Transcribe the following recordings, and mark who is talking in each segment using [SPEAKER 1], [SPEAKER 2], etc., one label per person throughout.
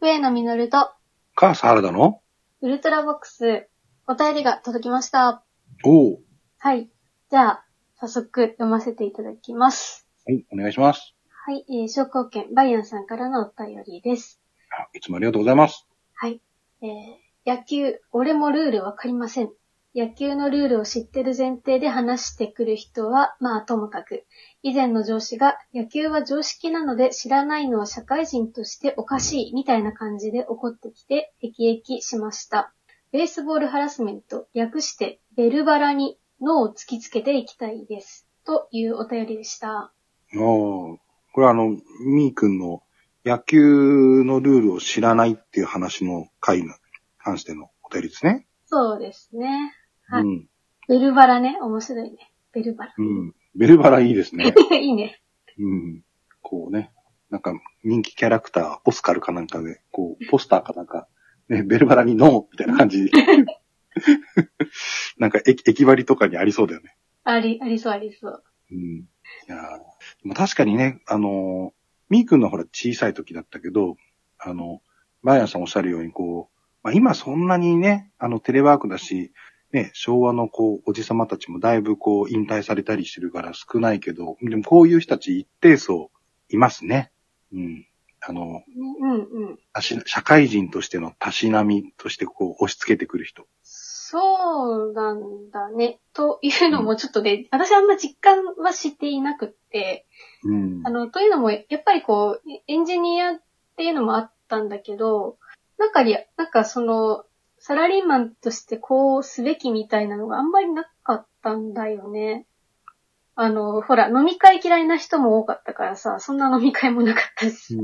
[SPEAKER 1] 生のみのると、
[SPEAKER 2] 母さん原田の
[SPEAKER 1] ウルトラボックス、お便りが届きました。
[SPEAKER 2] おお。
[SPEAKER 1] はい。じゃあ、早速読ませていただきます。
[SPEAKER 2] はい、お願いします。
[SPEAKER 1] はい、えー、商工券バイアンさんからのお便りです。
[SPEAKER 2] あいつもありがとうございます。
[SPEAKER 1] はい。えー、野球、俺もルールわかりません。野球のルールを知ってる前提で話してくる人は、まあともかく、以前の上司が、野球は常識なので知らないのは社会人としておかしいみたいな感じで怒ってきて、辟易しました。ベースボールハラスメント、略して、ベルバラに脳を突きつけていきたいです。というお便りでした。
[SPEAKER 2] おお。これはあの、みーくんの野球のルールを知らないっていう話の回に関してのお便りですね。
[SPEAKER 1] そうですね。はい
[SPEAKER 2] うん。
[SPEAKER 1] ベルバラね、面白いね。ベルバ
[SPEAKER 2] うん。ベルバラいいで すね。
[SPEAKER 1] ラ。 いいね。
[SPEAKER 2] うん。こうね、なんか人気キャラクター、オスカルかなんかで、こう、ポスターかなんか、ね、ベルバラにノーみたいな 感じ。なんか駅、駅張りとかにありそうだよね。
[SPEAKER 1] あり、ありそうありそう。
[SPEAKER 2] うん。いやーでも確かにね、あのー、みーくんのほら小さい時だったけど、あの、マヤさんおっしゃるようにこう、まあ、今そんなにね、あのテレワークだし、ね、昭和のこう、おじさまたちもだいぶこう、引退されたりしてるから少ないけど、でもこういう人たち一定層いますね。うん。あの、
[SPEAKER 1] ねうんうん。
[SPEAKER 2] たし社会人としてのたしなみとしてこう、押し付けてくる人。
[SPEAKER 1] そうなんだね。というのもちょっとね、私あんま実感はしていなくって、
[SPEAKER 2] うん
[SPEAKER 1] あ。の、というのも、やっぱりこう、エンジニアっていうのもあったんだけど、なんかり、なんかその、サラリーマンとしてこうすべきみたいなのがあんまりなかったんだよね。あの、ほら、飲み会嫌いな人も多かったからさ、そんな飲み会もなかったし。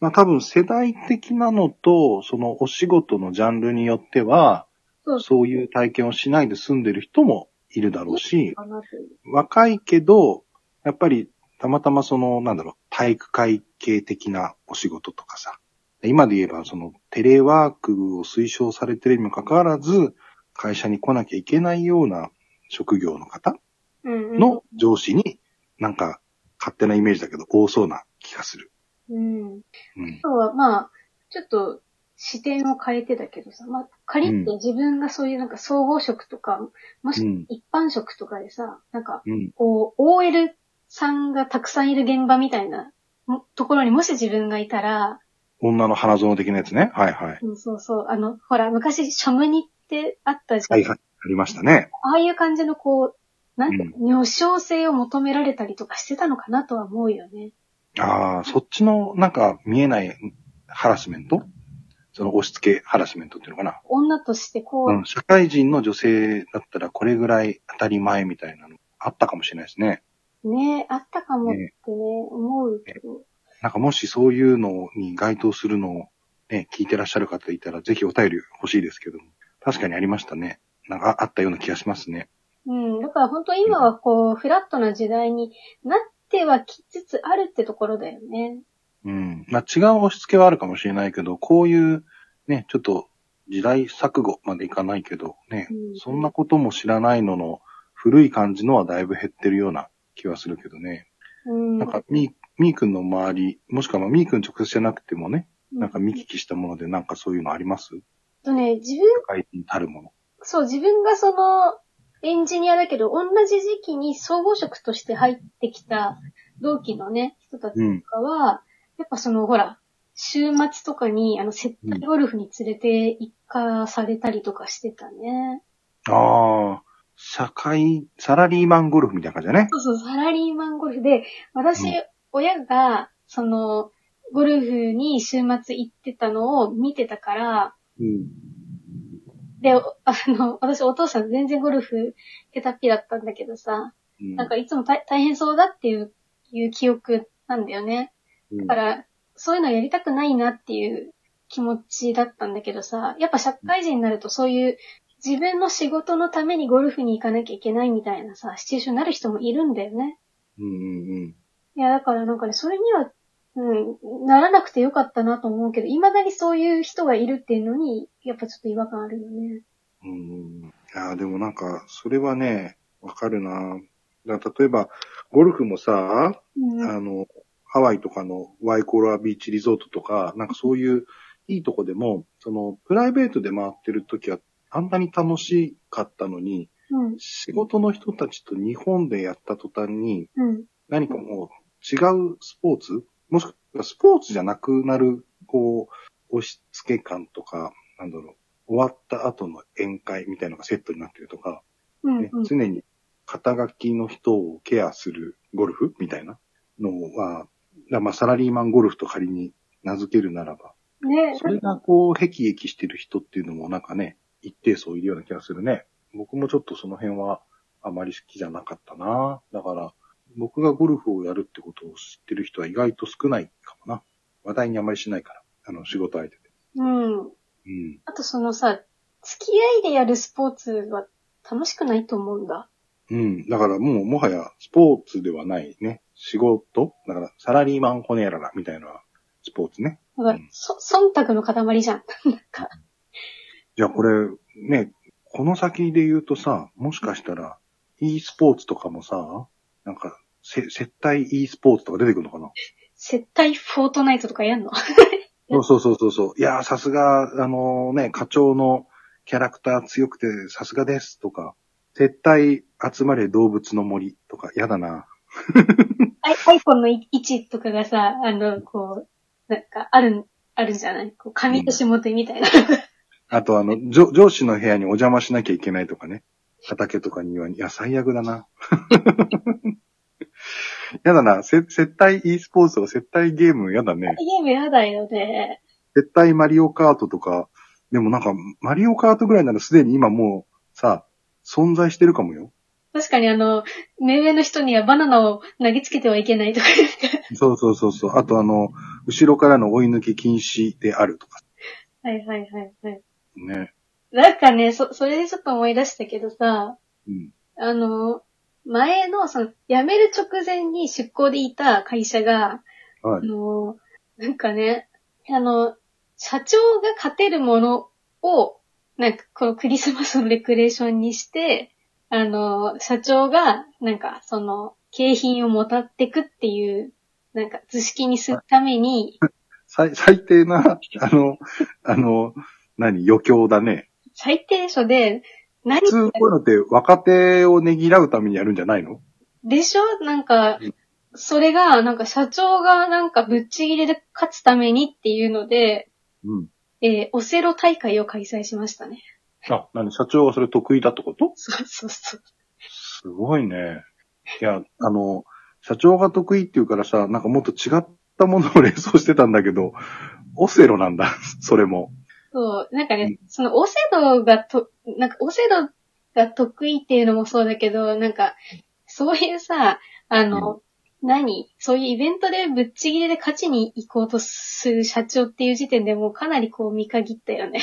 [SPEAKER 2] まあ多分世代的なのと、そのお仕事のジャンルによっては、
[SPEAKER 1] そう
[SPEAKER 2] そういう体験をしないで済んでる人もいるだろうし、
[SPEAKER 1] かなという
[SPEAKER 2] 若いけど、やっぱりたまたまその、なんだろう、体育会系的なお仕事とかさ、今で言えばそのテレワークを推奨されてるにもかかわらず、会社に来なきゃいけないような職業の方
[SPEAKER 1] うんうん。
[SPEAKER 2] の上司に、なんか勝手なイメージだけど多そうな気がする。
[SPEAKER 1] うん。
[SPEAKER 2] うん
[SPEAKER 1] 今日はまあ、ちょっと視点を変えてだけどさ、まあ、仮って自分がそういうなんか総合職とか、も
[SPEAKER 2] う
[SPEAKER 1] し
[SPEAKER 2] ん
[SPEAKER 1] 一般職とかでさ、なんか
[SPEAKER 2] うん。
[SPEAKER 1] こう、OL さんがたくさんいる現場みたいなもところにもし自分がいたら、
[SPEAKER 2] 女の花園的なやつね。はいはい。
[SPEAKER 1] うんそうそう、あの、ほら、昔、ショムニってあったじゃん。
[SPEAKER 2] はいはい。ありましたね。
[SPEAKER 1] ああいう感じのこう、なんて、女性性を求められたりとかしてたのかなとは思うよね。
[SPEAKER 2] ああ、そっちのなんか見えないハラスメントその押し付けハラスメントっていうのかな。
[SPEAKER 1] 女としてこう、
[SPEAKER 2] うん。社会人の女性だったらこれぐらい当たり前みたいなのあったかもしれないですね。
[SPEAKER 1] ねあったかもってね、思うけど。
[SPEAKER 2] なんかもしそういうのに該当するのをね、聞いてらっしゃる方いたらぜひお便り欲しいですけども。確かにありましたね。なんかああったような気がしますね。
[SPEAKER 1] うん。だから本当今はこう、フラットな時代になってはきつつあるってところだよね。
[SPEAKER 2] うん。まあ、違う押し付けはあるかもしれないけど、こういう、ね、ちょっと時代錯誤までいかないけど、ね、
[SPEAKER 1] うん
[SPEAKER 2] そんなことも知らないのの、古い感じのはだいぶ減ってるような気はするけどね。
[SPEAKER 1] うん。
[SPEAKER 2] なんか、み、みーくんの周り、もしくはまあみーくん直接じゃなくてもね、なんか見
[SPEAKER 1] うん
[SPEAKER 2] 聞きしたものでなんかそういうのあります
[SPEAKER 1] とね、自分、
[SPEAKER 2] 社会人たるもの。
[SPEAKER 1] そう、自分がその、エンジニアだけど、同じ時期に総合職として入ってきた同期のね、人たち
[SPEAKER 2] うん
[SPEAKER 1] と。かは、やっぱその、ほら、週末とかに、あの、接待ゴルフに連れて行かされたりとかしてたね。
[SPEAKER 2] ああ、社会、サラリーマンゴルフみたいな感じだね。
[SPEAKER 1] そうそう、サラリーマンゴルフで、私、
[SPEAKER 2] うん
[SPEAKER 1] 親が、その、ゴルフに週末行ってたのを見てたから、
[SPEAKER 2] うん。
[SPEAKER 1] で、おあの、私お父さん全然ゴルフ下手っぴだったんだけどさ、
[SPEAKER 2] うん。
[SPEAKER 1] なんかいつも大大変そうだっていう、いう記憶なんだよね。
[SPEAKER 2] う
[SPEAKER 1] だ
[SPEAKER 2] ん
[SPEAKER 1] から、そういうのやりたくないなっていう気持ちだったんだけどさ、やっぱ社会人になるとそういう自分の仕事のためにゴルフに行かなきゃいけないみたいなさ、シチュエーションになる人もいるんだよね。
[SPEAKER 2] うんうんうん。
[SPEAKER 1] いや、だからなんかね、それには、うん、ならなくてよかったなと思うけど、未だにそういう人がいるっていうのに、やっぱちょっと違和感あるよね。
[SPEAKER 2] うん。いやー、でもなんか、それはね、わかるなだから例えば、ゴルフもさ、
[SPEAKER 1] うん。
[SPEAKER 2] あの、ハワイとかのワイコロアビーチリゾートとか、なんかそういう、いいとこでも、その、プライベートで回ってる時は、あんなに楽しかったのに、
[SPEAKER 1] うん、
[SPEAKER 2] 仕事の人たちと日本でやった途端に、
[SPEAKER 1] うん、
[SPEAKER 2] 何かもう違うスポーツもしくはスポーツじゃなくなる、こう、押し付け感とか、なんだろう、終わった後の宴会みたいのがセットになってるとか、
[SPEAKER 1] うん
[SPEAKER 2] ね、
[SPEAKER 1] うん。
[SPEAKER 2] 常に肩書きの人をケアするゴルフみたいなのは、だまあサラリーマンゴルフと仮に名付けるならば、
[SPEAKER 1] ね
[SPEAKER 2] それがこう、ヘキヘキしてる人っていうのもなんかね、一定層いるような気がするね。僕もちょっとその辺はあまり好きじゃなかったな。だから、僕がゴルフをやるってことを知ってる人は意外と少ないかもな。話題にあまりしないから。あの、仕事相手で。
[SPEAKER 1] うん。
[SPEAKER 2] うん。
[SPEAKER 1] あとそのさ、付き合いでやるスポーツは楽しくないと思うんだ。
[SPEAKER 2] うん。だからもう、もはや、スポーツではないね。仕事だから、サラリーマンホネララみたいなスポーツね。
[SPEAKER 1] だから
[SPEAKER 2] うん、
[SPEAKER 1] そ、忖度の塊じゃん。
[SPEAKER 2] じゃあこれ、ね、この先で言うとさ、もしかしたら、e スポーツとかもさ、なんか、せ、接待 e スポーツとか出てくるのかな
[SPEAKER 1] 絶対フォートナイトとかやんの。
[SPEAKER 2] そうそうそうそうそう。いやー、さすが、あのね、課長のキャラクター強くてさすがですとか、接待集まれ動物の森とか、やだな。
[SPEAKER 1] アイアイコンの位置とかがさ、あの、こう、なんか、ある、あるじゃないこう、紙と下手みたいな。
[SPEAKER 2] あとあの、上上司の部屋にお邪魔しなきゃいけないとかね。畑とか庭に。いや、最悪だな。やだな。せ接待 e スポーツとか接待ゲームやだね。
[SPEAKER 1] ゲームやだよね。
[SPEAKER 2] 絶対マリオカートとか、でもなんか、マリオカートぐらいならすでに今もう、さ、存在してるかもよ。
[SPEAKER 1] 確かにあの、目上の人にはバナナを投げつけてはいけないとか。
[SPEAKER 2] そうそうそうそう。あとあの、後ろからの追い抜き禁止であるとか
[SPEAKER 1] はいはいはいはい。
[SPEAKER 2] ね。
[SPEAKER 1] なんかね、そ、それでちょっと思い出したけどさ、
[SPEAKER 2] うん。
[SPEAKER 1] あの、前の、その、辞める直前に出向でいた会社が、
[SPEAKER 2] は
[SPEAKER 1] あ
[SPEAKER 2] い。
[SPEAKER 1] の、なんかね、あの、社長が勝てるものを、なんかこのクリスマスのレクレーションにして、あの、社長が、なんかその、景品をもたってくっていう、なんか図式にするために、
[SPEAKER 2] 最、最低な、あの、あの、何、余興だね。
[SPEAKER 1] 最低所で、何
[SPEAKER 2] 普通こういうのって若手をねぎらうためにやるんじゃないの
[SPEAKER 1] でしょなんか
[SPEAKER 2] うん、
[SPEAKER 1] それが、なんか社長がなんかぶっちぎりで勝つためにっていうので、
[SPEAKER 2] うん。
[SPEAKER 1] えーオセロ大会を開催しましたね。
[SPEAKER 2] あ、何、社長はそれ得意だってこと
[SPEAKER 1] そうそうそう。
[SPEAKER 2] すごいね。いや、あの、社長が得意っていうからさ、なんかもっと違ったものを連想してたんだけど、オセロなんだ、それも。
[SPEAKER 1] そう、なんかね、
[SPEAKER 2] う
[SPEAKER 1] その、オセロがと、なんか、オセロが得意っていうのもそうだけど、なんか、そういうさ、あの、何そういうイベントでぶっちぎりで勝ちに行こうとする社長っていう時点でもうかなりこう見限ったよね。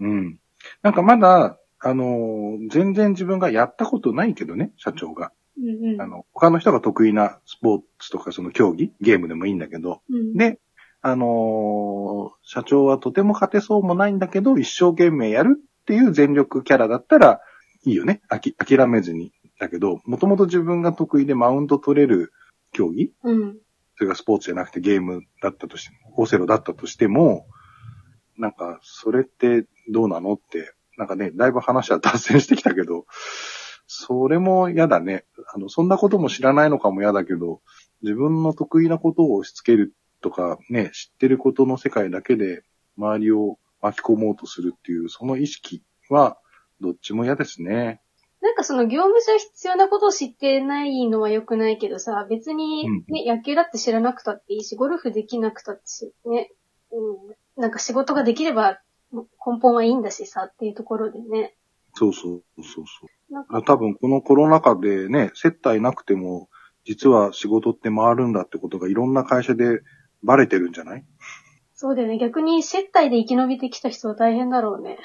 [SPEAKER 2] うん。なんかまだ、あの、全然自分がやったことないけどね、社長が。
[SPEAKER 1] うんうん。
[SPEAKER 2] あの、他の人が得意なスポーツとかその競技、ゲームでもいいんだけど。
[SPEAKER 1] うん、
[SPEAKER 2] で、あの社長はとても勝てそうもないんだけど、一生懸命やるっていう全力キャラだったら、いいよね。あき、諦めずに。だけど、もともと自分が得意でマウント取れる競技
[SPEAKER 1] うん。
[SPEAKER 2] それがスポーツじゃなくてゲームだったとしても、オセロだったとしても、なんか、それってどうなのって、なんかね、だいぶ話は脱線してきたけど、それも嫌だね。あの、そんなことも知らないのかも嫌だけど、自分の得意なことを押し付けるとか、ね、知ってることの世界だけで、周りを巻き込もうとするっていう、その意識は、どっちも嫌ですね。
[SPEAKER 1] なんかその業務上必要なことを知ってないのは良くないけどさ、別に
[SPEAKER 2] うん、
[SPEAKER 1] ね、野球だって知らなくたっていいし、ゴルフできなくたってし、ね、うん、なんか仕事ができれば根本はいいんだしさっていうところでね。
[SPEAKER 2] そうそうそうそう。
[SPEAKER 1] なんか、
[SPEAKER 2] あ多分このコロナ禍でね、接待なくても、実は仕事って回るんだってことがいろんな会社でバレてるんじゃない
[SPEAKER 1] そうだよね。逆に接待で生き延びてきた人は大変だろうね。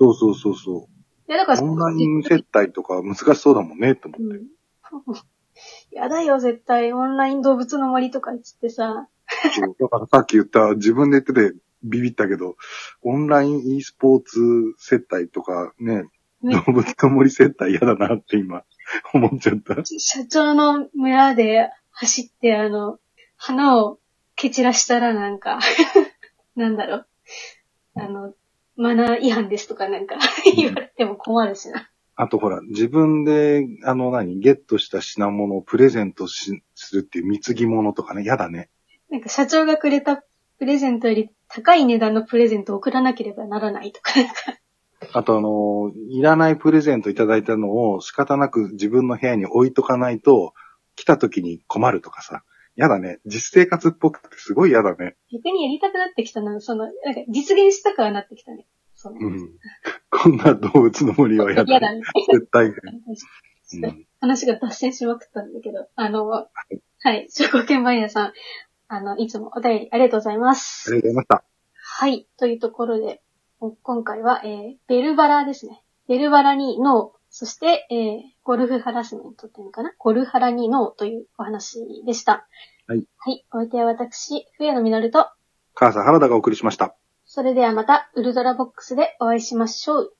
[SPEAKER 2] そうそうそうそ
[SPEAKER 1] いや、だから、
[SPEAKER 2] う。オンライン接待とか難しそうだもんね、 と思
[SPEAKER 1] うん。 やだよ、絶対。オンライン動物の森とか言ってさ。
[SPEAKER 2] って。だからさっき言った、自分で言っててビビったけど、オンライン e スポーツ接待とかね、
[SPEAKER 1] ね
[SPEAKER 2] 動物と森接待嫌だなって今、思っちゃった。
[SPEAKER 1] 社長の村で 走って、あの、花を蹴散らしたらなんか、なんだろう。あの、マナー違反ですとかなんか 言われても困るしな。
[SPEAKER 2] あとほら、自分で、あの何、ゲットした品物をプレゼントし、するっていう貢ぎ物とかね、やだね。
[SPEAKER 1] なんか社長がくれたプレゼントより高い値段のプレゼントを送らなければならないとか、なんか
[SPEAKER 2] あとあの、いらないプレゼントいただいたのを仕方なく自分の部屋に置いとかないと、来た時に困るとかさ。やだね。実生活っぽくてすごいやだね。
[SPEAKER 1] 逆にやりたくなってきたな、その、なんか実現したくはなってきたね。その
[SPEAKER 2] うん。こんな動物の森はやだ
[SPEAKER 1] 嫌
[SPEAKER 2] ね。
[SPEAKER 1] だね。
[SPEAKER 2] 絶対ね。
[SPEAKER 1] ち
[SPEAKER 2] う
[SPEAKER 1] ょっと
[SPEAKER 2] ん。
[SPEAKER 1] 話が脱線しまくったんだけど、あの、はい、証拠券マイヤーさん、あの、いつもお便りありがとうございま
[SPEAKER 2] あ
[SPEAKER 1] す。
[SPEAKER 2] りがとうございました。
[SPEAKER 1] はい、というところで、お今回は、えー、ベルバラですね。ベルバラにノー、そして、えー、ゴルフハラスメントっていうのかなゴルハラにノーというお話でした。
[SPEAKER 2] はい。
[SPEAKER 1] はい、お相手は私、冬野実と、
[SPEAKER 2] 母さん原田がお送りしました。
[SPEAKER 1] それではまた、ウルトラボックスでお会いしましょう。